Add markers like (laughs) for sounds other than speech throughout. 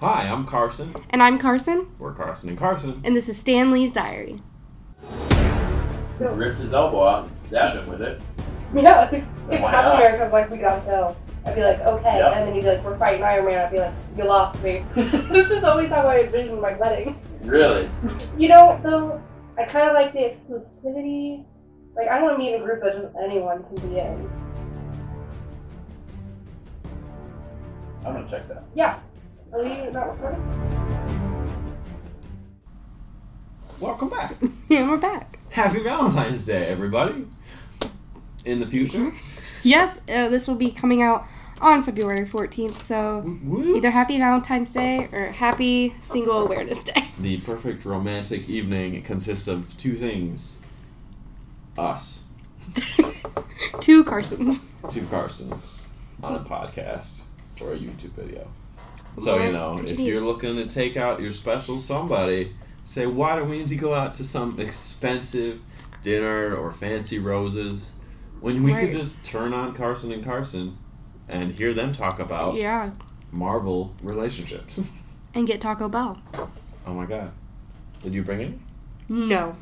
Hi, I'm Carson. And I'm Carson, We're Carson and Carson. and this is Stan Lee's Diary. (laughs) ripped his elbow out and stabbed him with it. Yeah, like, if Why Captain not? America was like, we gotta go, I'd be like, okay, Yeah. and then you'd be like, we're fighting Iron Man, I'd be like, you (laughs) lost me. this is always how I envisioned my wedding. Really? You know, though, I kind of like the exclusivity. Like, I want to be in a group that just anyone can be in. I'm gonna check that. Yeah. Are we not recording? Welcome back. and we're back. Happy Valentine's Day, everybody. In the future, Yes, uh, this will be coming out on February 14th, so Woo- woo. either Happy Valentine's Day or Happy Single Awareness Day. (laughs) the perfect romantic evening consists of two things: us, Two Carsons. two Carsons, on a podcast or a YouTube video. So you know, What could if you do? you're looking to take out your special somebody, say, why do we need to go out to some expensive dinner or fancy roses when we Right. could just turn on Carson and Carson and hear them talk about Yeah, Marvel relationships? (laughs) and get Taco Bell. oh my god, did you bring it? (laughs) No,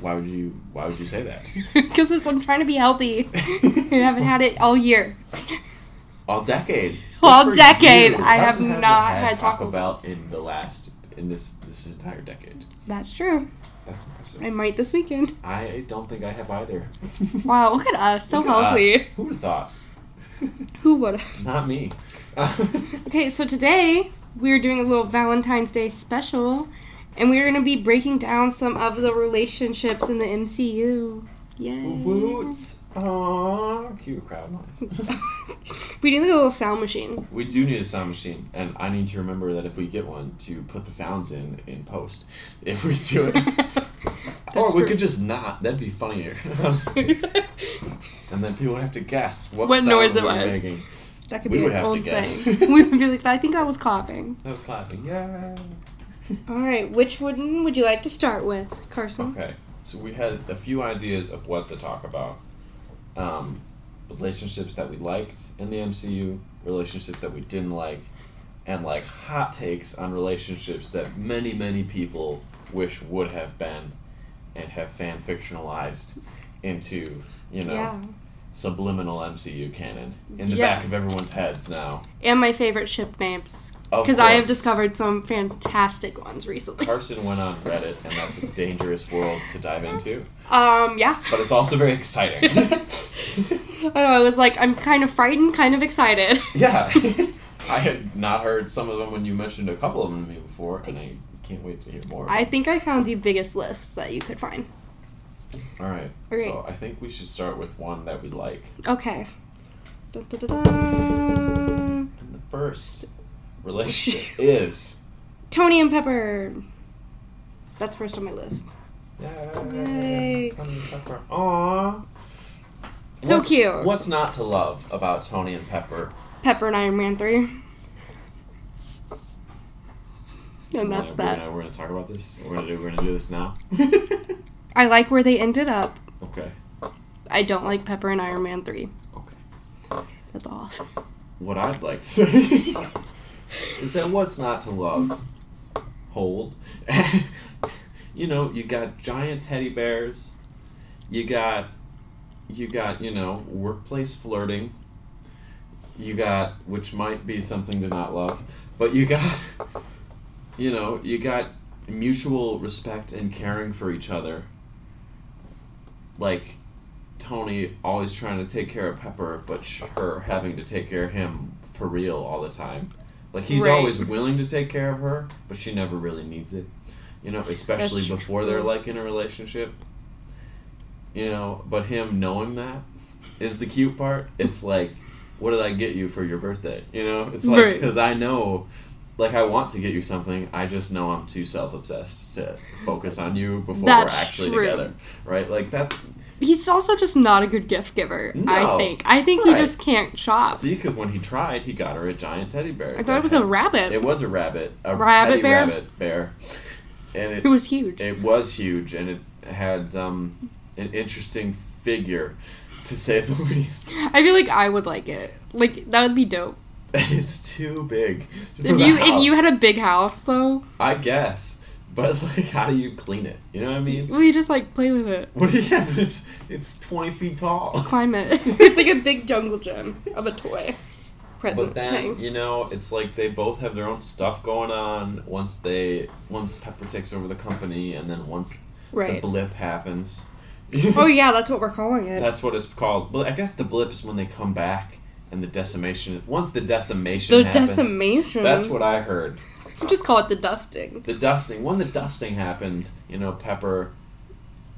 Why would you? Why would you say (laughs) that? because I'm trying to be healthy. I haven't had it all year. All decade. (laughs) All Good for decade, you. I have Carson hasn't not had Taco Taco Bell in the last in this this entire decade. That's true. That's impressive. I might this weekend. I don't think I have either. (laughs) Wow, look at us, so Look at healthy. us. Who would have thought? (laughs) Who would? Not me. Okay, so today we're doing a little Valentine's Day special, and we're gonna be breaking down some of the relationships in the MCU. (laughs) Yay! Woot. Aww. Cute crowd noise. we need a little sound machine. (laughs) we do need a sound machine, and I need to remember that if we get one, to put the sounds in in post. If we do (laughs) it. or Oh, we true. could just not. That'd be funnier. (laughs) honestly. and then people would have to guess what, What sound noise it we were was. Making. (laughs) that could We be would its have to own guess. thing. (laughs) we would be like, I think that was clapping. That was clapping. Yeah. All right, which one would you like to start with, Carson? Okay, so we had a few ideas of what to talk about. Um, relationships that we liked in the MCU, relationships that we didn't like, and like hot takes on relationships that many, many people wish would have been and have fan fictionalized into, you know, Yeah. subliminal MCU canon in the Yeah. back of everyone's heads now. And my favorite ship names, Of because I have course, discovered some fantastic ones recently. (laughs) Carson went on Reddit, and that's a dangerous world to dive into, Um, yeah. but it's also very (laughs) exciting. (laughs) I know. I was like, I'm kind of frightened, kind of excited. Yeah. (laughs) I had not heard some of them when you mentioned a couple of them to me before, and I can't wait to hear more. I think I found the biggest lists that you could find. All right. Okay. So I think we should start with one that we like. Okay. Dun, dun, dun, dun. And the (laughs) first relationship is. Tony and Pepper. That's first on my list. Yay. Yay. Tony and Pepper. Aww. So what's, cute. What's not to love about Tony and Pepper? Pepper and Iron Man 3. And that's we're that. Gonna, we're gonna talk about this. We're gonna do. We're gonna do this (laughs) now. I like where they ended up. okay. I don't like Pepper and Iron Man 3. Okay. That's all. What I'd like to say is that what's not to love? Hold. (laughs) you know, you got giant teddy bears. You got, you got, you know, workplace flirting. You got, which might be something to not love, but you got, (laughs) you know, you got mutual respect and caring for each other. Like, Tony always trying to take care of Pepper, but sh- her having to take care of him for real all the time. Like he's Right. always willing to take care of her, but she never really needs it. You know, especially That's before they're like in a relationship. You know, but him knowing that is the cute part. It's like, what did I get you for your birthday? You know, it's like Right. because I know, like I want to get you something. I just know I'm too self obsessed to focus on you before That's we're actually true. together, right? Like that's He's also just not a good gift giver, I No. think. I think Right. he just can't shop. See, because when he tried, he got her a giant teddy bear. I thought it was a rabbit. It was a rabbit. A Rabbit teddy bear? rabbit bear. And it, it was huge. it was huge, and it had um, an interesting figure, to say the (laughs) least. I feel like I would like it. Like that would be dope. is too big. for the If you if you house. had a big house though, I guess. But like, how do you clean it? You know what I mean? well you just like play with it, What do you have? (laughs) It's it's twenty feet tall. (laughs) climb it. (laughs) it's like a big jungle gym of a toy present But then thing. you know, it's like they both have their own stuff going on. Once they once Pepper takes over the company, and then once the Right. blip happens. Oh yeah, that's what we're calling it. That's what it's called. But I guess the blip is when they come back and the decimation. Once the decimation. the hmm. happens- decimation. That's what I heard. You just call it the dusting. The dusting. When the dusting happened, you know, Pepper,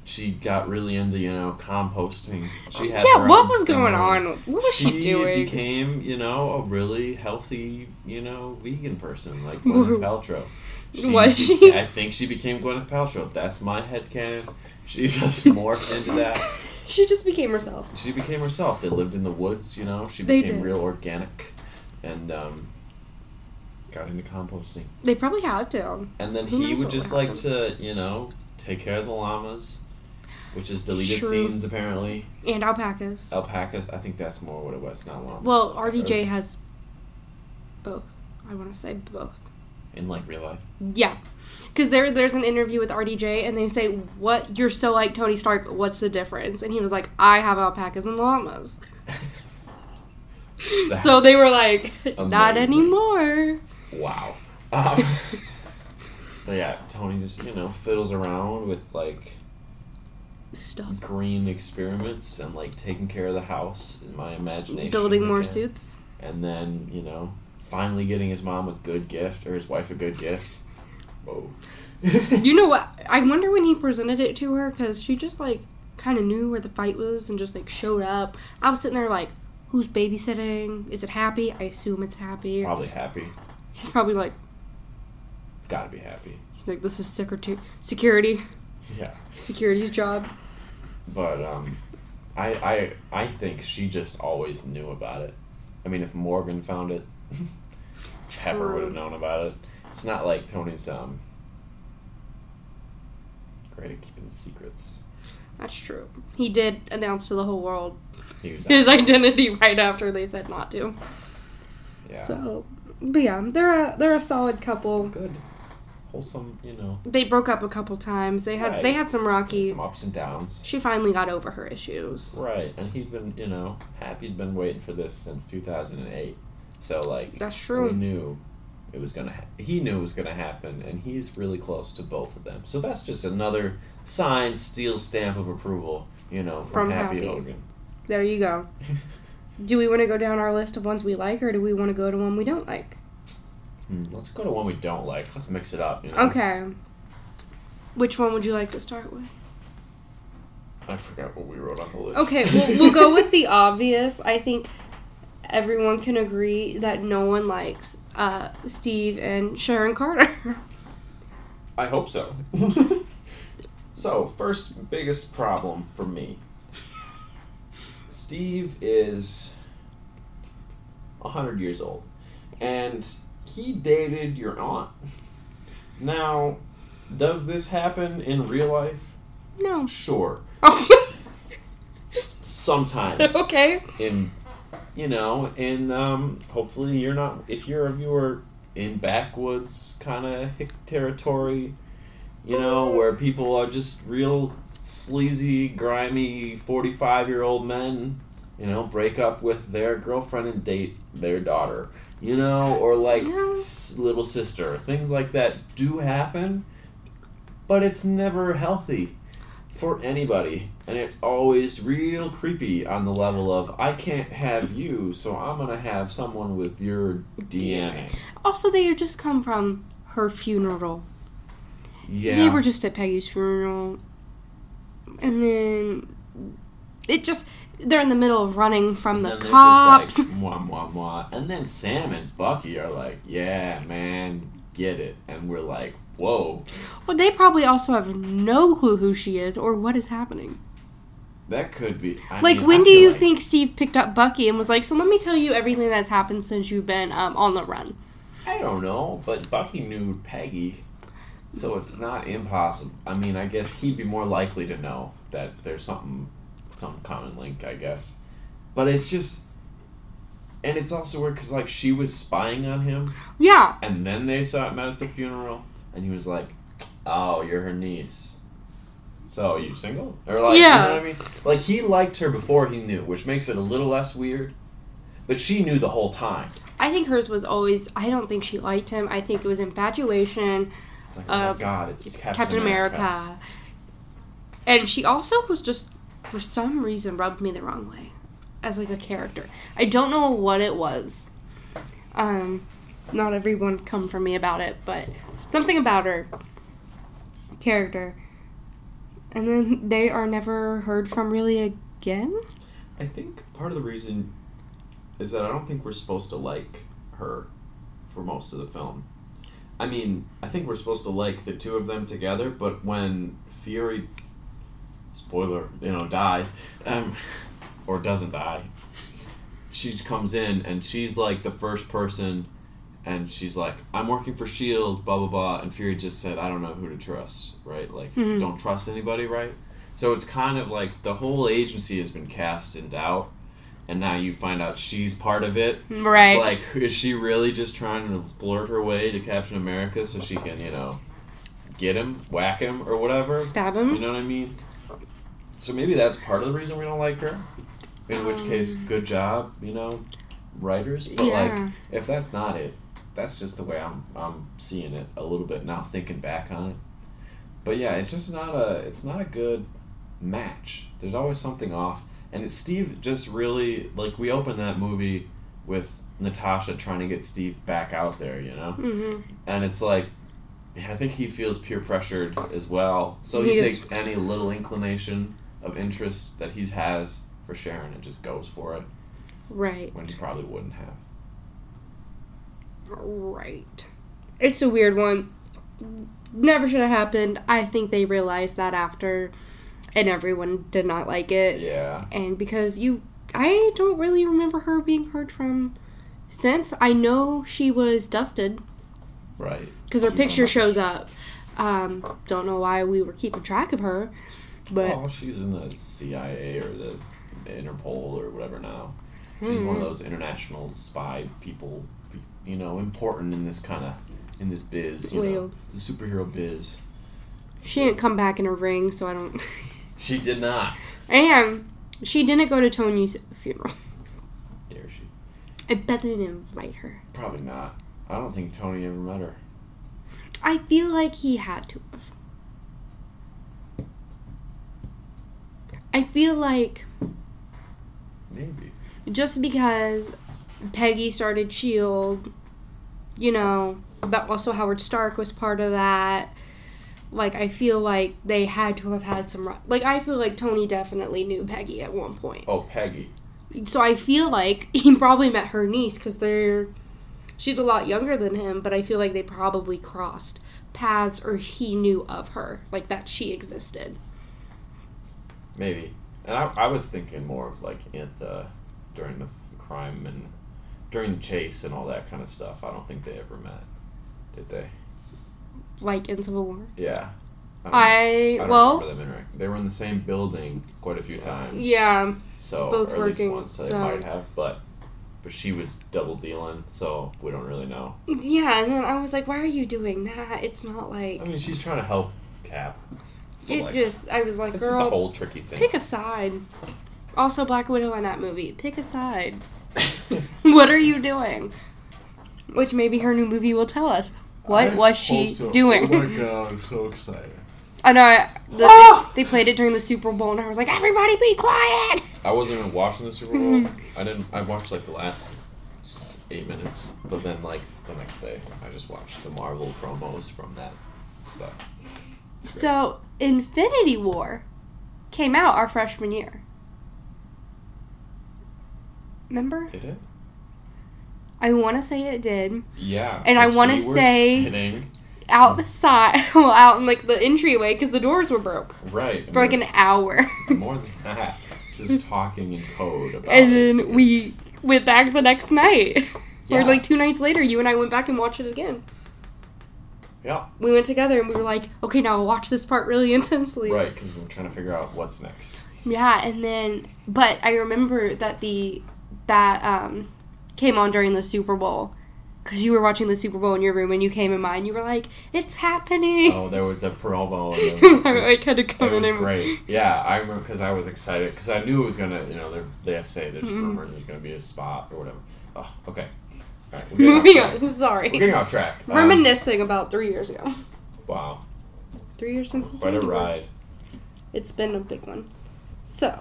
she got really into you know composting. She had. yeah, her what own was thing going on? What was she, doing? became, you know, a really healthy, you know, vegan person (laughs) like Whoa. Gwyneth Paltrow. Was she? I think she became Gwyneth Paltrow. That's my headcanon. She (laughs) just morphed into that. she just became herself. She became herself. They lived in the woods, you know. She They became did. real organic, and um, got into composting. They probably had to. And then Who he knows would what just would like to, you know, take care of the llamas, which is deleted Sure. scenes apparently. And alpacas. Alpacas. I think that's more what it was, not llamas. Well, RDJ has both. I want to say both. in like real life. Yeah. Because there, there's an interview with RDJ, and they say, "What you're so like Tony Stark? but What's the difference?" And he was like, "I have alpacas and llamas." (laughs) so That's- they were like, amazing. "Not anymore." (laughs) Wow. Um, (laughs) but yeah, Tony just you know fiddles around with like Stuff. green experiments and like taking care of the house is my imagination. Building more again. suits. and then you know finally getting his mom a good gift or his wife a good gift. (laughs) Whoa. You know what? I wonder when he presented it to her because she just like kind of knew where the fight was and just like showed up. I was sitting there like, "Who's babysitting? Is it Happy? I assume it's Happy." Probably happy. He's probably like, It's gotta be happy. "He's like, this is secretary security, Yeah. security's job." But um, I I I think she just always knew about it. I mean, if Morgan found it, (laughs) Pepper True. would have known about it. It's not like Tony's um great at keeping secrets. That's true. He did announce to the whole world He was his (laughs) identity right after they said not to. yeah. So, but yeah, they're a they're a solid couple. Good, wholesome. You know, They broke up a couple times. They had Right. they had some rocky. some ups and downs. she finally got over her issues. Right, and he'd been you know happy. Had been waiting for this since two thousand and eight. So like That's we true. knew it was gonna ha- he knew it was gonna happen and he's really close to both of them so that's just another sign steel stamp of approval you know from, From happy, Happy. hogan There you go. Do we want to go down our list of ones we like, or do we want to go to one we don't like? Hmm, let's go to one we don't like let's mix it up you know? Okay. Which one would you like to start with? i forgot what we wrote on the list (laughs) Okay, we'll, we'll go with the obvious. I think everyone can agree that no one likes uh, Steve and Sharon Carter. (laughs) i hope so so first biggest problem for me steve is 100 years old and he dated your aunt now does this happen in real life no. (laughs) sure (laughs) sometimes okay. in you know in um hopefully you're not if you're a viewer in backwoods kind of hick territory you know where people are just real sleazy grimy 45 year old men you know break up with their girlfriend and date their daughter you know or like Yeah. s- little sister things like that do happen but it's never healthy for anybody, and it's always real creepy on the level of I can't have you, so I'm gonna have someone with your DNA. Also, they had just come from her funeral. Yeah, They were just at Peggy's funeral. And then it just, they're in the middle of running from and the then there's cops. Just like, (laughs) mwah, mwah, mwah. And then Sam and Bucky are like, "Yeah, man, get it," and we're like, "Whoa, Well, they probably also have no clue who she is or what is happening. that could be." I like, mean, I when do feel you like- think Steve picked up Bucky and was like, "So let me tell you everything that's happened since you've been um, on the run"? I don't know, but Bucky knew Peggy, so it's not impossible. I mean, I guess he'd be more likely to know that there's something, some common link, I guess. But it's just, And it's also weird because like she was spying on him, Yeah. and then they saw it met at the funeral, and he was like, "Oh, you're her niece." So you single? Or like, you Yeah. know what I mean? Like he liked her before he knew, which makes it a little less weird. But she knew the whole time. I think hers was always, I don't think she liked him. I think it was infatuation, It's like, oh Uh, my god, it's Captain, Captain America. And she also was just, for some reason, rubbed me the wrong way as like a character. I don't know what it was. Um, not everyone come for me about it, but something about her character. And then they are never heard from really again. I think part of the reason is that I don't think we're supposed to like her for most of the film. I mean, I think we're supposed to like the two of them together, but when Fury, spoiler, you know, dies, um, or doesn't die, she comes in and she's like the first person, and she's like, I'm working for S.H.I.E.L.D., E blah, blah, blah, and Fury just said, I don't know who to trust, right? Like, Mhm. don't trust anybody, right? So it's kind of like the whole agency has been cast in doubt, and now you find out she's part of it. Right. It's like, is she really just trying to flirt her way to Captain America so she can, you know, get him, whack him, or whatever? Stab him. You know what I mean? So maybe that's part of the reason we don't like her. In which case, Um. good job, you know, writers. But Yeah. like, if that's not it, that's just the way I'm I'm seeing it a little bit now, thinking back on it. But yeah, it's just not a it's not a good match. There's always something off, and it's Steve just really like we opened that movie with Natasha trying to get Steve back out there, you know hmm and it's like I think he feels peer pressured as well. So He he, is- takes any little inclination of interest that he has for Sharon and just goes for it Right. when he probably wouldn't have. Right. It's a weird one. Never should have happened. I think they realized that after, and everyone did not like it. Yeah. And because you, I don't really remember her being heard from since. I know she was dusted Right. because her She's picture on- shows up. Um, don't know why we were keeping track of her, but oh, she's in the CIA or the Interpol or whatever now. She's one of Mhm. those international spy people, you know, important in this kind of in this biz, you know, Well. the superhero biz. she didn't come back in a ring, so I don't. (laughs) She did not. and she didn't go to Tony's funeral. Dare she? I bet they didn't invite her. Probably not. I don't think Tony ever met her. I feel like he had to have. I feel like Maybe. just because Peggy started S.H.I.E.L.D., you know, but also Howard Stark was part of that. Like, I feel like they had to have had some. ru- Like, I feel like Tony definitely knew Peggy at one point. Oh, Peggy. So I feel like (laughs) he probably met her niece because they're. She's a lot younger than him, but I feel like they probably crossed paths or he knew of her, like that she existed. Maybe. And I, I was thinking more of like at the during the crime and during the chase and all that kind of stuff. I don't think they ever met, did they? Like in Civil War. Yeah. I, don't know. I, I don't well, remember them interact- They were in the same building quite a few times, yeah, so both or at least working, once so they so- might have, but but she was double dealing, so we don't really know. yeah. And then I was like, why are you doing that? It's not like I mean, she's trying to help Cap. but, it like, just. I was like, it's just a girl, whole tricky thing. pick a side. Also, Black Widow in that movie, pick a side. (laughs) (laughs) What are you doing? Which maybe her new movie will tell us. What was she doing? Oh god, I'm so excited. I know. I, the, Ah! they, they played it during the Super Bowl, and I was like, "Everybody, be quiet!" I wasn't even watching the Super Bowl. Mm-hmm. I didn't. I watched like the last s- eight minutes, but then like the next day, I just watched the Marvel promos from that stuff. So, Infinity War came out our freshman year. Remember? Did it? I want to say it did. Yeah. And I because wanna we were say- sitting- Out the side, (laughs) well, out in like the entryway, because the doors were broke right and for like we an hour, were more than that, (laughs) just talking in code about. Hmm. and it, then because- we went back the next night. (laughs) Or Yeah. like two nights later, you and I went back and watched it again. Yeah. We went together and we were like, okay, now watch this part really (laughs) intensely. Right, because we're trying to figure out what's (laughs) next. Yeah, and then but I remember that the that um came on during the Super Bowl. Because you were watching the Super Bowl in your room and you came in mine, you were like, it's happening. (laughs) Oh, there was a promo. And there was a- I had to come It in was and (laughs) great. Yeah, I remember because I was excited because I knew it was gonna. You know, they're- they say there's Mhm. rumors there's gonna be a spot or whatever. Oh, okay. All right, we're getting off Moving track. on. Sorry. We're getting off track. Um, Reminiscing about three years ago. Wow, Three years since. quite a Infinity War. ride. It's been a big one. So,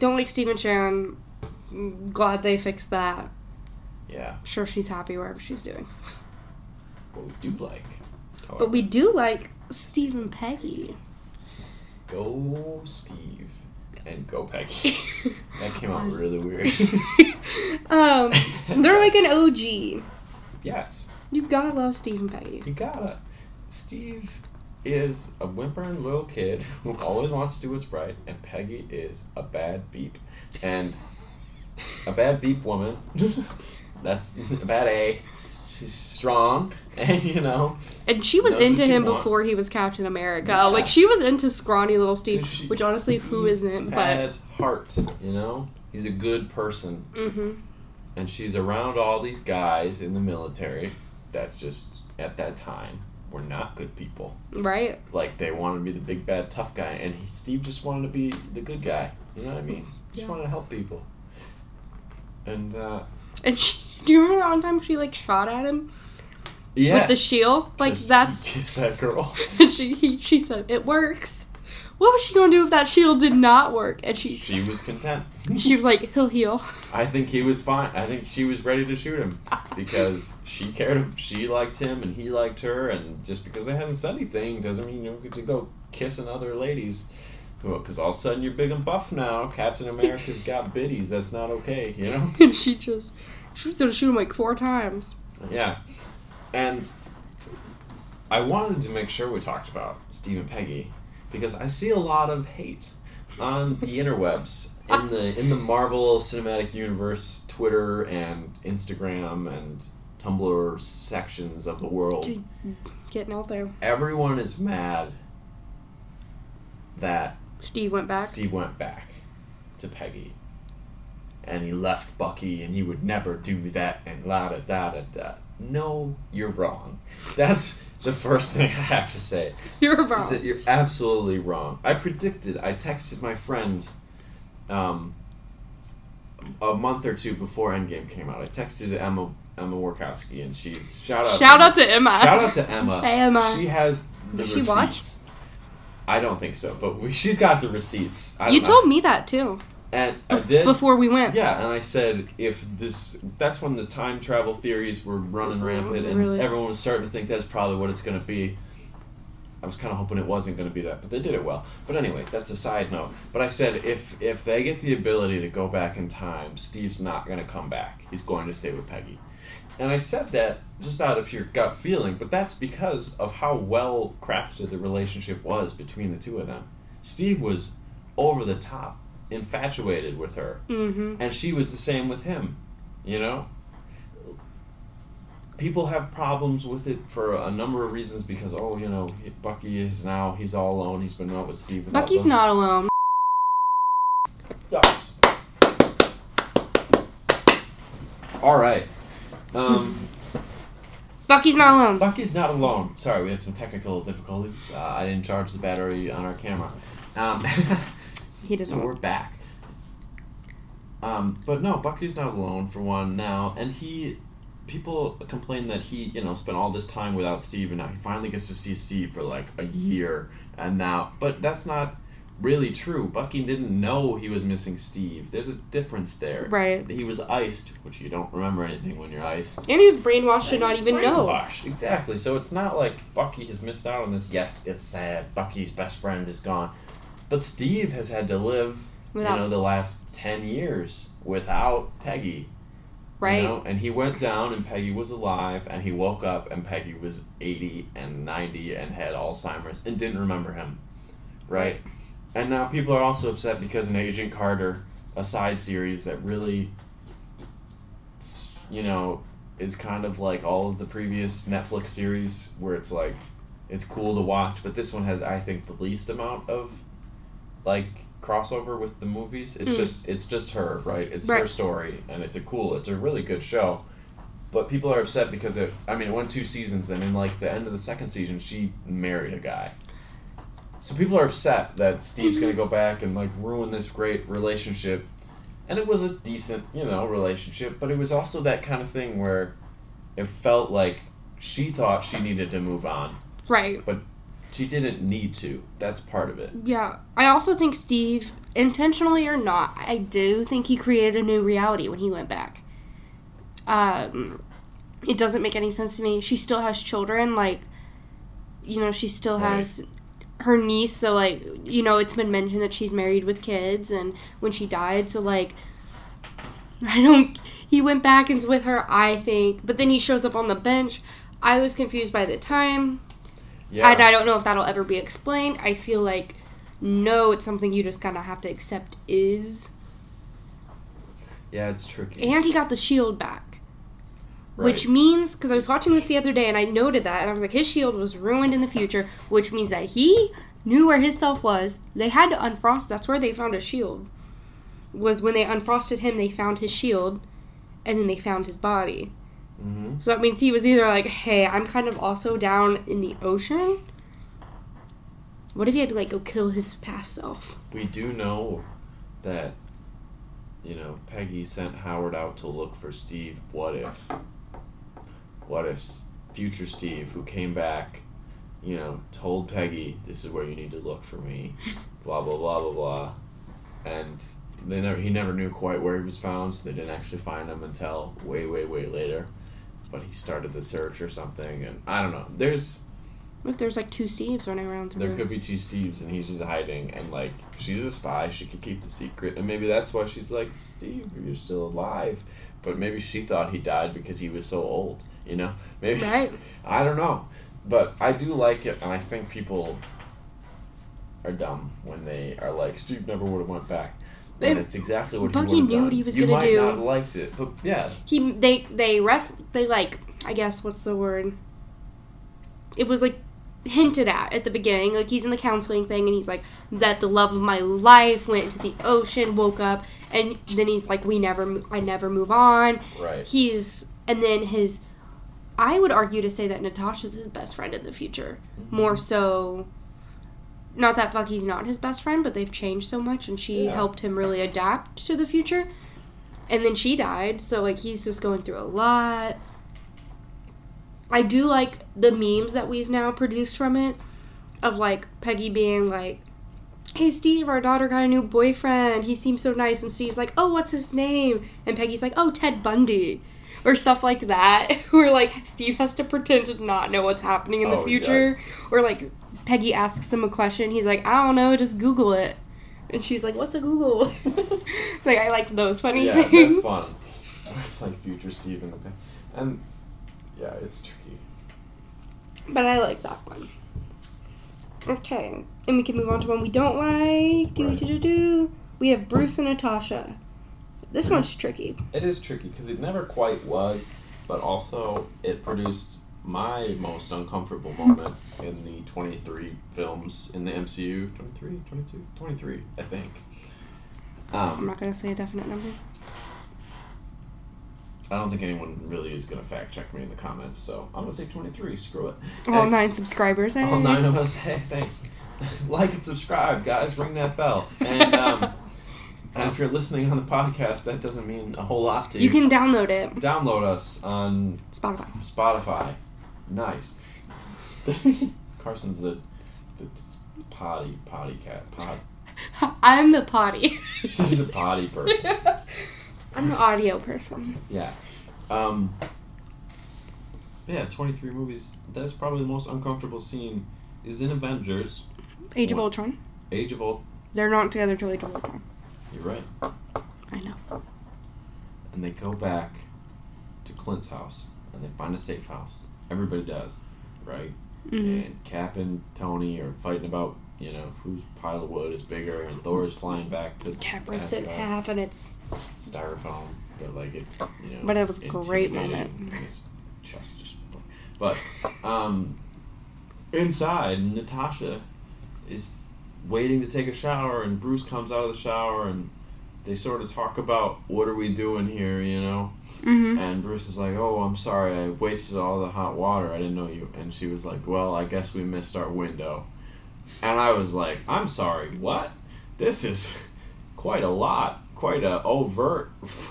don't like Steve and Sharon. Mm, Glad they fixed that. Yeah, Sure, she's happy wherever she's doing. what we do like. But we do like Steve and Peggy. (laughs) go Steve and go Peggy. That came out Was- really weird. (laughs) um, (laughs) they're like an OG. (laughs) yes, You gotta love Steve and Peggy. you gotta. Steve is a whimpering little kid who always wants to do what's right, and Peggy is a bad beep and a bad beep (laughs) woman. That's a bad A. She's strong, (laughs) and you know, And she was Knows what into you him want. before he was Captain America. Yeah. Like she was into scrawny little Steve, 'Cause she- which honestly, who Steve isn't? But has heart. You know, he's a good person. hmm and she's around all these guys in the military that just at that time were not good people. right? Like they wanted to be the big bad tough guy, and he, Steve just wanted to be the good guy. You know what I mean? Just Yeah. wanted to help people. And uh, And she, (laughs) do you remember that one time she like shot at him yes, with the shield? (laughs) Like Just that's (laughs) kiss that girl. And she he, she said it works. What was she gonna do if that shield did not work? And she (laughs) She was content. she was like, he'll heal. (laughs) (laughs) I think he was fine. I think she was ready to shoot him because she cared. ab- She liked him, and he liked her. And just because they hadn't said anything doesn't mean you get to go kissing other ladies. Because all of a sudden you're big and buff now. Captain (laughs) America's got biddies. That's not okay, you know. and she just she was gonna shoot him like four times. Yeah, and I wanted to make sure we talked about Steve and Peggy because I see a lot of hate on the interwebs in the in the Marvel Cinematic Universe Twitter and Instagram and Tumblr sections of the world. Getting out there. Everyone is mad that Steve went back. Steve went back to Peggy. And he left Bucky and he would never do that and la da da da da. No, you're wrong. (laughs) That's the first thing I have to say. (laughs) You're Is that wrong. you're absolutely wrong. I predicted, I texted my friend um, a month or two before Endgame came out. I texted Emma Emma Warkowski and she's shout out Shout out to Emma. Shout out to Emma. Hey, Emma. She has the Does she receipts. watch? I don't think so, but we, she's got the receipts. I don't you know. told me that too and I did. before we went. Yeah, and I said if this that's when the time travel theories were running rampant and Really? everyone was starting to think that's probably what it's going to be. I was kind of hoping it wasn't going to be that, but they did it well. But anyway, that's a side note. But I said if if they get the ability to go back in time, Steve's not going to come back. He's going to stay with Peggy. And I said that just out of pure gut feeling, but that's because of how well crafted the relationship was between the two of them. Steve was over the top infatuated with her Mm-hmm. and she was the same with him you know people have problems with it for a number of reasons because oh you know bucky is now he's all alone he's been out with steve without Bucky's those- not alone. Yes. all right (laughs) um Bucky's not alone. Bucky's not alone. Sorry, we had some technical difficulties. Uh, I didn't charge the battery on our camera. Um, (laughs) He so doesn't. we're back. Um, but no, Bucky's not alone for one now, and he, people complain that he, you know, spent all this time without Steve, and now he finally gets to see Steve for like a year, and now, but that's not really true. Bucky didn't know he was missing Steve. There's a difference there. Right. He was iced, which you don't remember anything when you're iced. And he was brainwashed to not even know. Brainwashed, Exactly. So it's not like Bucky has missed out on this. Yes, it's sad. Bucky's best friend is gone. But Steve has had to live, Without you know, the last 10 years without Peggy. right. You know? And he went down and Peggy was alive and he woke up and Peggy was 80 and 90 and had Alzheimer's and didn't remember him. Right? And now people are also upset because an Agent Carter, a side series that really, s- you know, is kind of like all of the previous Netflix series where it's like, it's cool to watch, but this one has, I think, the least amount of like crossover with the movies. It's Mm. just it's just her, right? It's her Right. story, and it's a cool. It's a really good show, but people are upset because it. I mean, it won two seasons, and in like the end of the second season, she married a guy. So people are upset that Steve's Mm-hmm. gonna go back and like ruin this great relationship, and it was a decent, you know, relationship, but it was also that kind of thing where it felt like she thought she needed to move on. Right. She didn't need to. That's part of it. Yeah. I also think Steve, intentionally or not, I do think he created a new reality when he went back. Um, it doesn't make any sense to me. She still has children. Like, you know, she still Right. has her niece. So, like, you know, it's been mentioned that she's married with kids and when she died. So, like, (laughs) I don't. He went back and's with her, I think. But then he shows up on the bench. I was confused by the time. Yeah. And I don't know if that'll ever be explained. I feel like no, it's something you just kind of have to accept is. yeah, it's tricky. And he got the shield back, right. which means because I was watching this the other day and I noted that and I was like, his shield was ruined in the future, which means that he knew where his self was. They had to unfrost. That's where they found his shield. Was when they unfrosted him, they found his shield, and then they found his body. hmm So that means he was either like, hey, I'm kind of also down in the ocean. What if he had to like go kill his past self? We do know that you know Peggy sent Howard out to look for Steve. What if? What if s- future Steve, who came back, you know, told Peggy, "This is where you need to look for me," blah blah blah blah blah, and they never he never knew quite where he was found, so they didn't actually find him until way way way later. But he started the search or something, and I don't know. There's What if there's like two Steves running around There through? could be two Steves, and he's just hiding. And like, she's a spy; she could keep the secret, and maybe that's why she's like, "Steve, you're still alive." But maybe she thought he died because he was so old. You know, maybe Right? (laughs) I don't know. But I do like it, and I think people are dumb when they are like, "Steve never would have went back." And But it's exactly what Bucky he would've knew done. what he was you gonna might do. Not have liked it, but yeah, He they they ref they like I guess what's the word? It was like hinted at at the beginning. Like he's in the counseling thing and he's like that the love of my life went into the ocean, woke up, and then he's like we never mo- I never move on. (laughs) right. he's and then his i would argue to say that natasha's his best friend in the future Mm-hmm. more so not that bucky's not his best friend but they've changed so much and she Yeah. helped him really adapt to the future and then she died so like he's just going through a lot i do like the memes that we've now produced from it of like peggy being like hey steve our daughter got a new boyfriend he seems so nice and steve's like oh what's his name and Peggy's like, "Oh, Ted Bundy," or stuff like that, (laughs) where like Steve has to pretend to not know what's happening in the Oh, future, yes. or like Peggy asks him a question, he's like, "I don't know, just Google it," and she's like, "What's a Google?" (laughs) like I like those funny yeah, things. that's fun. That's like future Steve in the past, and yeah, it's tricky. But I like that one. Okay, and we can move on to one we don't like. Do Right. do do do. We have Bruce and Natasha. This Mhm. one's tricky. It is tricky because it never quite was, but also it produced my most uncomfortable moment in the 23 films in the MCU. 23, 22, 23, I think. I'm Um, not gonna say a definite number. I don't think anyone really is going to fact check me in the comments, so I'm going to say 23. Screw it. All Hey. nine subscribers. eh? All nine of us. Hey, thanks. (laughs) like and subscribe, guys. Ring that bell. And, um, and if you're listening on the podcast, that doesn't mean a whole lot to you. (laughs) You can download it. download us on Spotify. (laughs) Spotify. Nice. (laughs) Carson's the, the t- potty potty cat. Pod. I'm the potty. She's the (laughs) potty person. I'm the audio person. Yeah. Um. Yeah, twenty three movies. That's probably the most uncomfortable scene is in Avengers: Age of What? Ultron. Age of Ultron. They're not together till Age of Ultron. You're right. I know. And they go back to Clint's house and they find a safe house. Everybody does, right? hmm and Cap and Tony are fighting about you know whose pile of wood is bigger, and Thor is flying back to Cap rips it in Asgard, half, and it's styrofoam, but like it, you know. But it was a great moment. Mm-hmm. intimidating, and His chest just, but um, inside Natasha is waiting to take a shower, and Bruce comes out of the shower, and they sort of talk about what are we doing here, you know? Mm-hmm. And Bruce is like, "Oh, I'm sorry, I wasted all the hot water. I didn't know you." And she was like, "Well, I guess we missed our window." And I was like, "I'm sorry, what? This is (laughs) quite a lot, quite a overt." (laughs)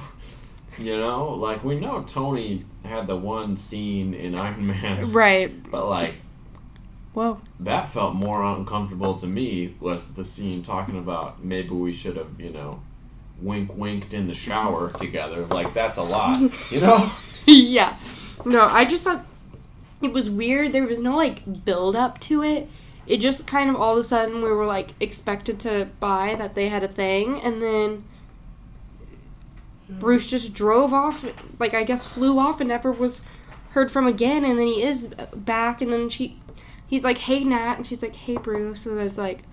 You know, like we know Tony had the one scene in Iron Man, Right. (laughs) but like Whoa. that felt more uncomfortable to me was the scene talking about maybe we should have, you know, wink winked in the shower together. Like that's a (laughs) lot, you know? yeah. No, I just thought it was weird. There was no like build up to it. It just kind of all of a sudden we were like expected to buy that they had a thing, and then Bruce just drove off, like I guess flew off and never was heard from again. And then he is back, and then she, he's like, "Hey Nat," and she's like, "Hey Bruce," and it's like,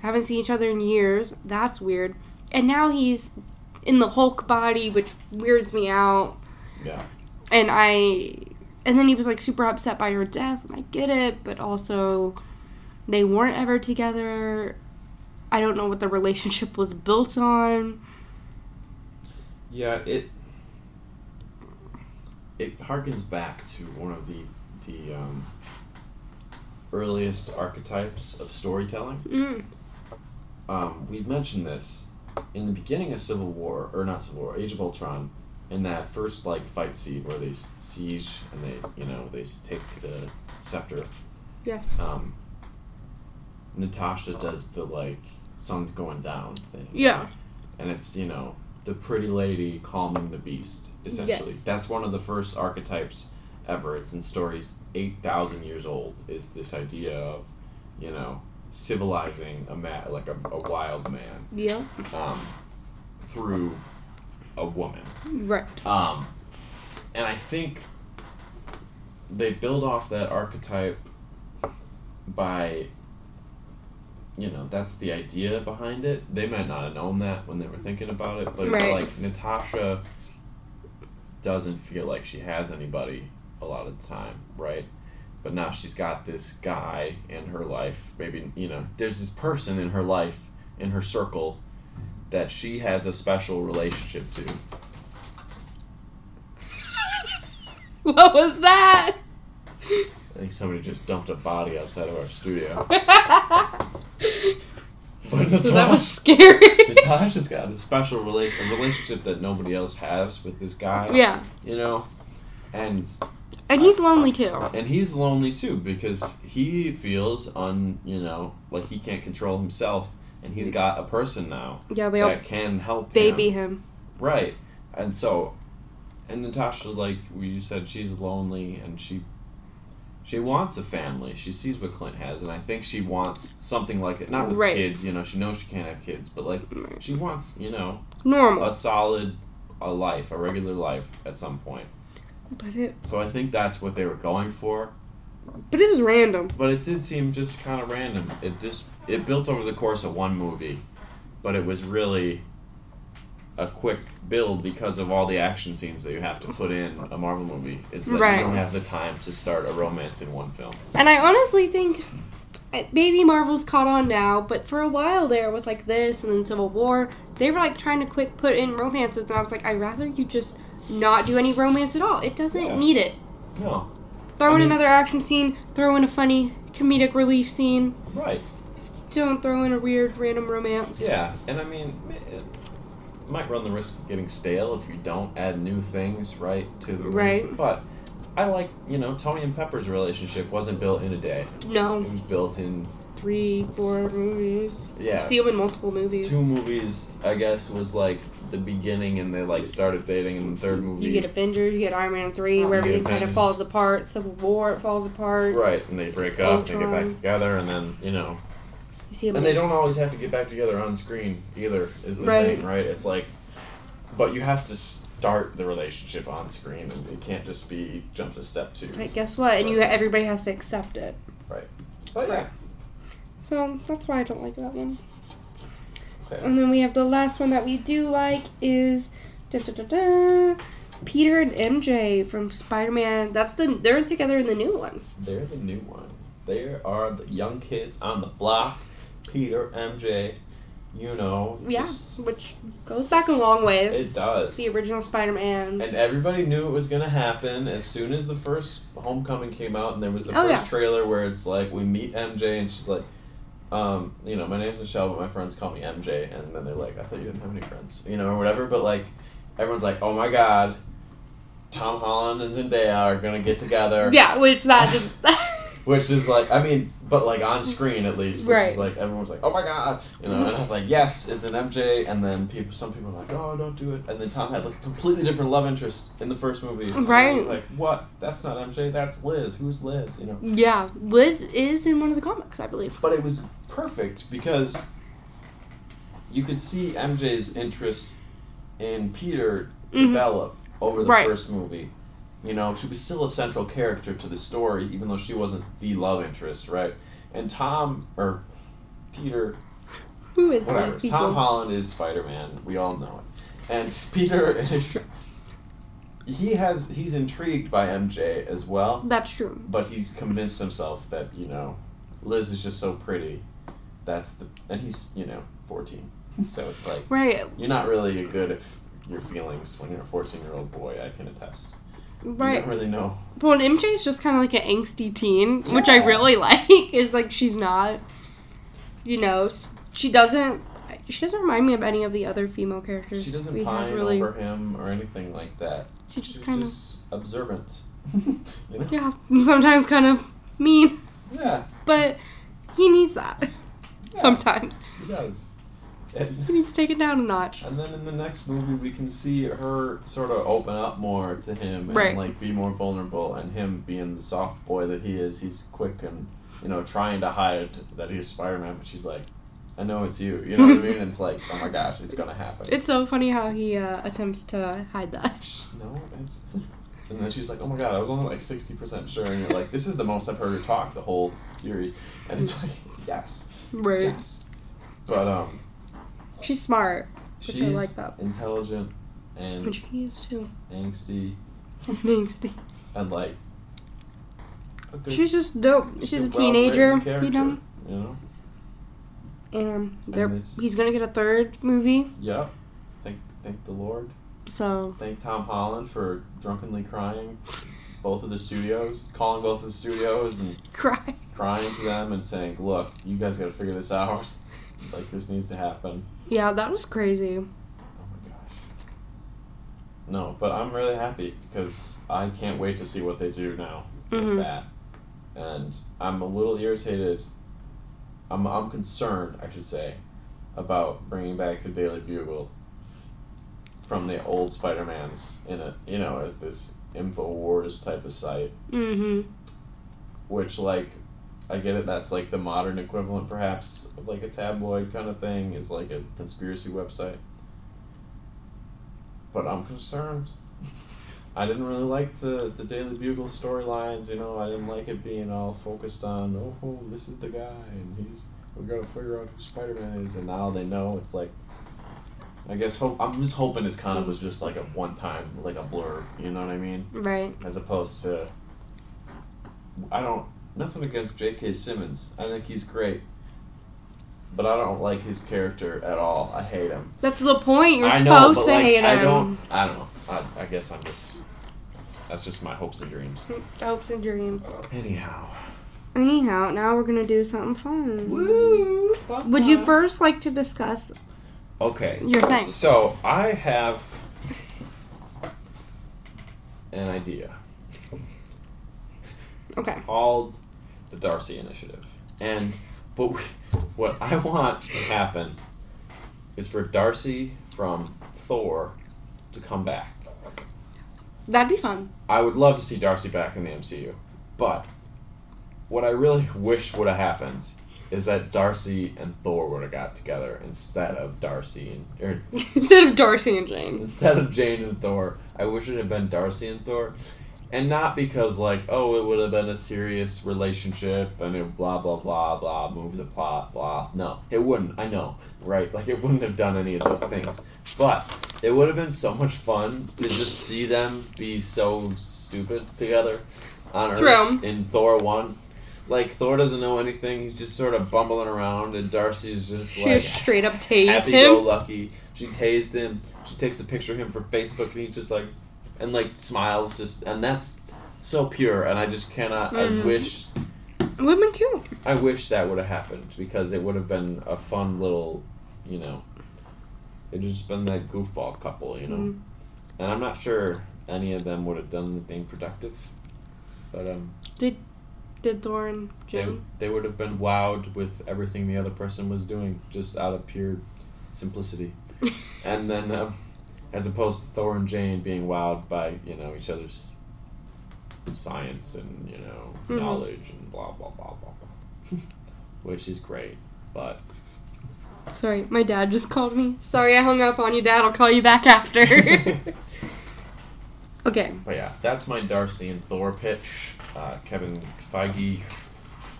haven't seen each other in years. That's weird. And now he's in the Hulk body, which weirds me out Yeah. and I and then he was like super upset by her death and I get it, but also they weren't ever together. I don't know what the relationship was built on. Yeah, it it harkens back to one of the the um, earliest archetypes of storytelling. Mm. um, we mentioned this in the beginning of Civil War, or not Civil War, Age of Ultron, in that first like fight scene where they s- siege and they, you know, they s- take the scepter. Yes. Um, Natasha does the like sun's going down thing, Yeah. and it's you know the pretty lady calming the beast. Essentially, Yes. that's one of the first archetypes ever. It's in stories eight thousand years old. Is this idea of, you know, civilizing a man like a, a wild man Yeah. um, through a woman. Right. Um, and I think they build off that archetype by, you know, that's the idea behind it. They might not have known that when they were thinking about it, but it's Right. like Natasha doesn't feel like she has anybody a lot of the time, right? But now she's got this guy in her life. Maybe, you know, there's this person in her life, in her circle, that she has a special relationship to. (laughs) What was that? (laughs) I think somebody just dumped a body outside of our studio. (laughs) (laughs) But Natasha, (laughs) that was scary. Natasha's got a special rela- a relationship that nobody else has with this guy. yeah. You know? And And he's lonely too. and he's lonely too because he feels un you know, like he can't control himself and he's got a person now Yeah, Mm. they all that can help him. baby him. Right. And so and Natasha like you said she's lonely and she she wants a family. She sees what Clint has and I think she wants something like it. Not with Right. kids, you know, she knows she can't have kids, but like she wants, you know, a Normal. solid a life, a regular life at some point. But it So I think that's what they were going for. but it was random. But it did seem just kind of random. It just it built over the course of one movie, but it was really a quick build because of all the action scenes that you have to put in a Marvel movie. It's like Right. you don't have the time to start a romance in one film. And I honestly think uh, maybe Marvel's caught on now, but for a while there with like this and then Civil War, they were like trying to quick put in romances, and I was like, I'd rather you just not do any romance at all. It doesn't Yeah. need it. No, Throw I in mean- another action scene, throw in a funny comedic relief scene, right? don't throw in a weird random romance. Yeah, and I mean, it might run the risk of getting stale if you don't add new things, right, to the movies. Right. But I like, you know, Tony and Pepper's relationship wasn't built in a day. It No, was built in three, four movies. yeah. You see them in multiple movies. two movies, I guess, was like the beginning, and they like started dating in the third movie. You get Avengers, you get Iron Man 3, You where get everything kind Oh, of Avengers. falls apart. Civil War, it falls apart. right, and they break up, and they get back Ultron. together, and then you know, You see 'em and in- they don't always have to get back together on screen either. Is the Right. thing right? It's like, but you have to start the relationship on screen, and it can't just be jump to step two. Right, guess what? And you everybody has to accept it. But yeah, So that's why I don't like that one. Okay. And then we have the last one that we do like is da, da, da, da, Peter and MJ from Spider Man. That's the they're together in the new one. they're the new one. They are the young kids on the block. Peter, MJ, you know. Yeah, just- which goes back a long ways. it does. The original Spider-Man. And everybody knew it was going to happen as soon as the first Homecoming came out, and there was the Oh, first yeah. trailer where it's like we meet MJ, and she's like, um, you know, my name's Michelle, but my friends call me MJ, and then they're like, I thought you didn't have any friends, you know, or whatever. But like, everyone's like, oh my god, Tom Holland and Zendaya are gonna get together, (laughs) yeah, which that did. (laughs) which is like, I mean, but like on screen at least, which Right. is like everyone's like, oh my god, you know, and I was like, yes, it's an MJ, and then people, some people were like, oh, don't do it, and then Tom had like a completely different love interest in the first movie, And I was Right. like, what? That's not MJ, that's Liz. Who's Liz? You know, yeah, Liz is in one of the comics, I believe. but it was perfect because you could see MJ's interest in Peter Mhm. develop over the Right. first movie. You know, she was still a central character to the story, even though she wasn't the love interest, right? And Tom or Peter, Who is whatever. these people? Tom Holland is Spider Man. We all know it. And (laughs) Peter is. He has. He's intrigued by MJ as well That's true. but he's convinced himself that you know liz is just so pretty that's the and he's you know 14 so it's like Right, you're not really good at your feelings when you're a 14 year old boy i can attest you right. don't really know Well, and MJ is just kind of like an angsty teen, which Yeah. I really (laughs) like. Is like she's not, you know, s- she doesn't. She doesn't remind me of any of the other female characters she doesn't we have. pine Really, over him or anything like that she she's just kind of just (laughs) observant you know yeah, (laughs) sometimes kind of mean, yeah but he needs that Yeah. sometimes. he does and, He needs taken down a notch. and then in the next movie we can see her sort of open up more to him and Right. like be more vulnerable and him being the soft boy that he is he's quick and you know trying to hide that he's spider-man but she's like i know it's you you know what i mean and it's like oh my gosh it's gonna happen It's so funny how he uh, attempts to hide that. (laughs) no it's (laughs) and then she's like oh my god i was only like 60% sure and you're like this is the most i've heard her talk the whole series and it's like (laughs) yes Right. yes but um She's smart, Which I she's like that. intelligent and which he is too. (laughs) angsty Angsty. and like a good- She's just dope. just She's a well-written teenager, you character, know. You know? and they're, And it's- he's gonna get a third movie. Yep. Thank thank the Lord. So (laughs) Thank Tom Holland for drunkenly crying both of the studios, calling both of the studios and cry. crying to them and saying, Look, you guys gotta figure this out. (laughs) Like this needs to happen. Yeah, that was crazy. Oh my gosh. No, but I'm really happy because I can't wait to see what they do now. Mhm. with that. And I'm a little irritated. I'm, I'm concerned, I should say, about bringing back the Daily Bugle from the old Spider-Mans in a, you know, as this InfoWars type of site, Mm-hmm. which like I get it that's like the modern equivalent perhaps of like a tabloid kind of thing is like a conspiracy website. But I'm concerned. I didn't really like the, the Daily Bugle storylines, you know, I didn't like it being all focused on, oh, this is the guy and he's we're gonna figure out who Spider Man is and now they know it's like I guess hope I'm just hoping his kind of was just like a one time like a blurb, you know what I mean? Right. as opposed to I don't nothing against J.K. Simmons. I think he's great, but I don't like his character at all. I hate him. That's the point. You're I know, supposed but to like, hate him. I don't. I don't know. I, I guess I'm just that's just my hopes and dreams. Hopes and dreams. Anyhow, Anyhow, now we're gonna do something fun. woo! Would you first like to discuss Okay. your thing? So I have an idea. Okay. called the Darcy Initiative. And but we, what I want to happen is for Darcy from Thor to come back. That'd be fun. (laughs) I would love to see Darcy back in the MCU, but what I really (laughs) wish would have happened is that Darcy and Thor would have got together instead of Darcy and er, or Instead of Darcy and Jane. instead of Jane (laughs) and Thor, I wish it had been Darcy and Thor. And not because like, oh, it would have been a serious relationship and it blah blah blah blah move the plot blah. No, it wouldn't. I know, right? Like it wouldn't have done any of those things. But it would have been so much fun to just see them be so stupid together on Earth True. in Thor one. Like Thor doesn't know anything. He's just sort of bumbling around, and Darcy's just She like just straight up tased happy him. go lucky. She tased him. She takes a picture of him for Facebook, and he just like and like smiles. Just and that's so pure. And I just cannot. Mhm. I wish. It would have been cute. I wish that would have happened because it would have been a fun little, you know. They'd just been that goofball couple, you know. Mm. And I'm not sure any of them would have done anything productive, but um, Did Thor and they, Jane? they would have been wowed with everything the other person was doing just out of pure simplicity and then um, as opposed to thor and jane being wowed by you know each other's science and you know Mhm. knowledge and blah blah blah blah blah (laughs) which is great but Sorry, my dad just called me. Sorry, I hung up on you, Dad. I'll call you (laughs) back after. (laughs) okay. but yeah that's my darcy and thor pitch uh, kevin feige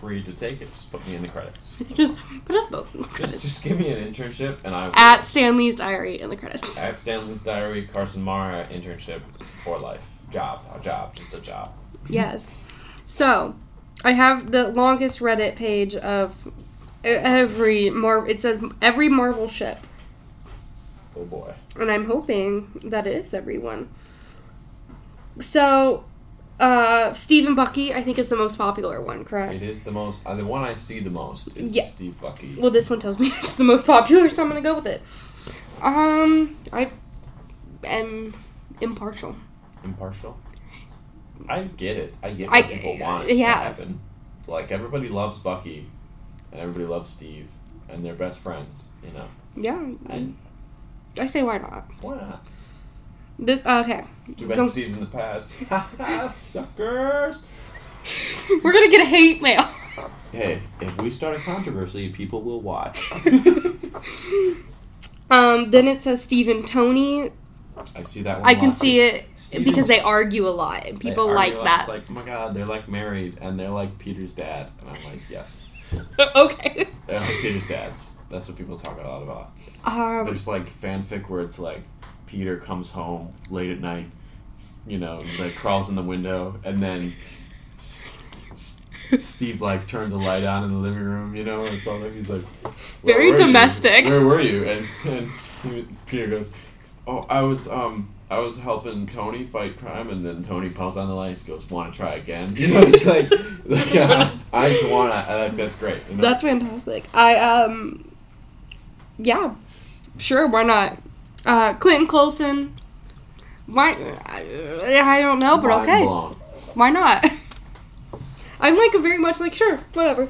free to take it just put me in the credits Just put us both in the just, credits. just give me an internship and i will. At Stanley's Diary in the credits. At Stanley's Diary, Carson Mara internship for life. Job, a job, just a job. Yes. So, I have the longest Reddit page of e, every Mar. It says every Marvel ship, Oh boy. and I'm hoping that it is everyone. So, uh, Steve and Bucky, I think, is the most popular one, correct? It is the most, uh, the one I see the most is Yeah. Steve Bucky. Well, this one tells me (laughs) it's the most popular, so I'm gonna go with it. Um, I am impartial. Impartial. I get it. I get I- what people want it yeah. to happen. Like, everybody loves Bucky, and everybody loves Steve, and they're best friends, you know. Yeah, I, And I say why not? why not? This okay. Too bad Go- Steve's in the past. (laughs) Ha ha, suckers! (laughs) We're gonna get a (laughs) hate mail. Hey, if we start a controversy, people will (laughs) watch. um, then it says Steve and Tony. I see that one. I can lots. see it Steve because and- they argue a lot, and They people argue like a lot. that. It's like, oh my god, they're like married, and they're like Peter's dad, and I'm like, yes, (laughs) okay. they're like Peter's dads. That's what people talk a lot about. Um, There's like fanfic where it's like Peter comes home late at night, you know, and, like crawls in the window, and then S- S- Steve like turns a light on in the living room, you know, and it's all like he's like, "Where Very were you? domestic. Where were you? And, s- and s- Peter goes, oh, I was um. I was helping Tony fight crime, and then Tony pulls on the line. He goes, "Want to try again?" (laughs) You know, it's like, like yeah, (laughs) I just want to. Like, that's great. You know? that's fantastic. I um, yeah, sure, why not? Uh, Clinton Colson. Why? I, I don't know, but Mind okay. blown. Why not? (laughs) I'm like very much like sure, whatever.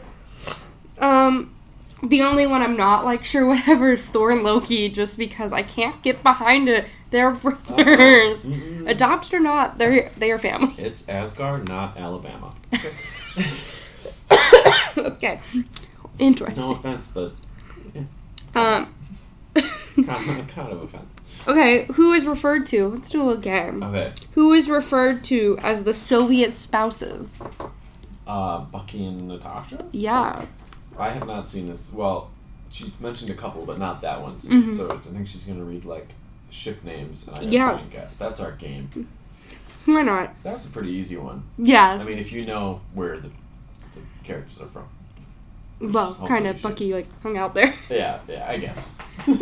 Um, the only one I'm not like sure whatever is Thor and Loki, just because I can't get behind it. They're (laughs) brothers, Mm-mm. adopted or not, they're they are family. (coughs) It's Asgard, not Alabama. okay, No interesting. offense, but Um, kind of, kind of offense. (laughs) okay, who is referred to? Let's do a little game. Okay, Who is referred to as the Soviet spouses? uh, Bucky and Natasha. Yeah, I have not seen this. Well, she mentioned a couple, but not that one. So, Mhm. so I think she's gonna read like ship names, and I gotta Yeah. try and guess. That's our game. why not? That's a pretty easy one. I Yeah, mean, if you know where the, the characters are from. well, Oh, kind shit. of. Bucky like hung out there. Yeah, yeah, I guess. (laughs)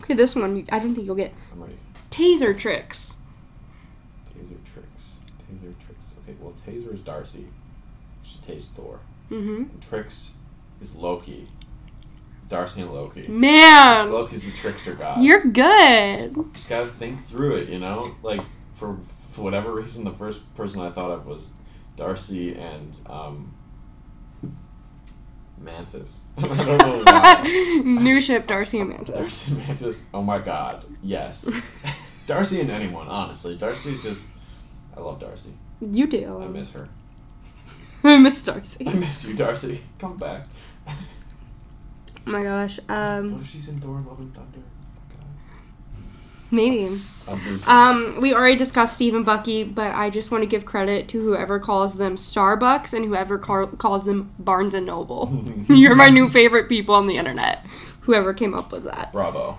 Okay, this one I don't think you'll get. I'm ready. Taser tricks. Taser tricks. Taser tricks. Okay, well, Taser is Darcy. She tastes Thor. Mm-hmm. Tricks is Loki. Darcy and Loki. Man, Loki's the trickster god. Um, you're (laughs) good. just gotta think through it, you know? Like, for, for whatever reason, the first person I thought of was Darcy and, um, Mantis. (laughs) I don't know (laughs) why. New ship, Darcy (laughs) and Mantis. Darcy and Mantis, oh my god, (laughs) yes. Darcy and anyone, honestly. Darcy's just, I love Darcy. You I do. miss her. (laughs) I miss Darcy. I miss you, Darcy. Come back. Oh my gosh. What Um, if she's in Thor, Love, and Thunder? maybe. I'll be- Um, we already discussed Steve and Bucky, but I just want to give credit to whoever calls them Starbucks and whoever car- calls them Barnes and Noble. (laughs) (laughs) You're my new favorite people on the internet. Whoever came up with that. Bravo.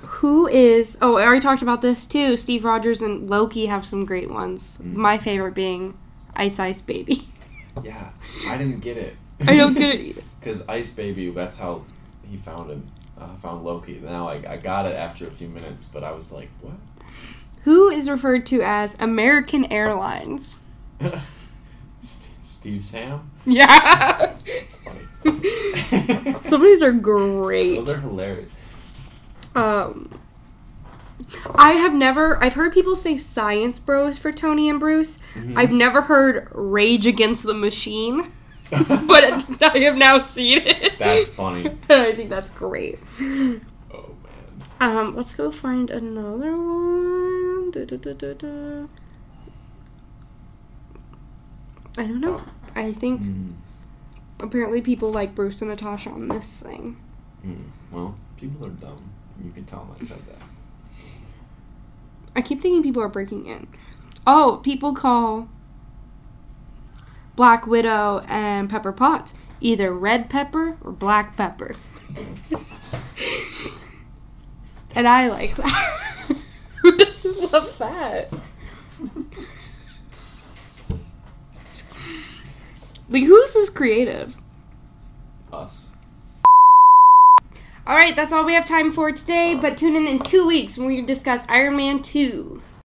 Who is? Oh, Mm. I already talked about this too. Steve Rogers and Loki have some great ones. My favorite being Ice Ice Baby. Yeah, I didn't get it. (laughs) I don't (laughs) get it. either. Because Ice Baby, that's how he found him. Uh, found Loki. Now I, I got it after a few minutes, but I was like, what? (laughs) Who is referred to as American Airlines? St- Steve Sam? (laughs) (laughs) Yeah. That's funny. Some of these are (laughs) great. Those are hilarious. Um, I have never. I've heard people say Science Bros for Tony and Bruce. I've never heard Rage Against the Machine, (laughs) (laughs) but (laughs) I have now seen it. That's funny. (laughs) I think that's great. (laughs) Oh man. Um, let's go find another one. Da, da, da, da, da. I don't know. I think Mm. apparently people like Bruce and Natasha on this thing. Mm. Well, people are dumb. You can tell I said that. I keep thinking people are breaking in. Oh, people call Black Widow and Pepper Potts either red pepper or black pepper. (laughs) and I like that. (laughs) Who doesn't love that? like, who's this creative? Us. All right, that's all we have time for today, but tune in in two weeks when we discuss Iron Man 2.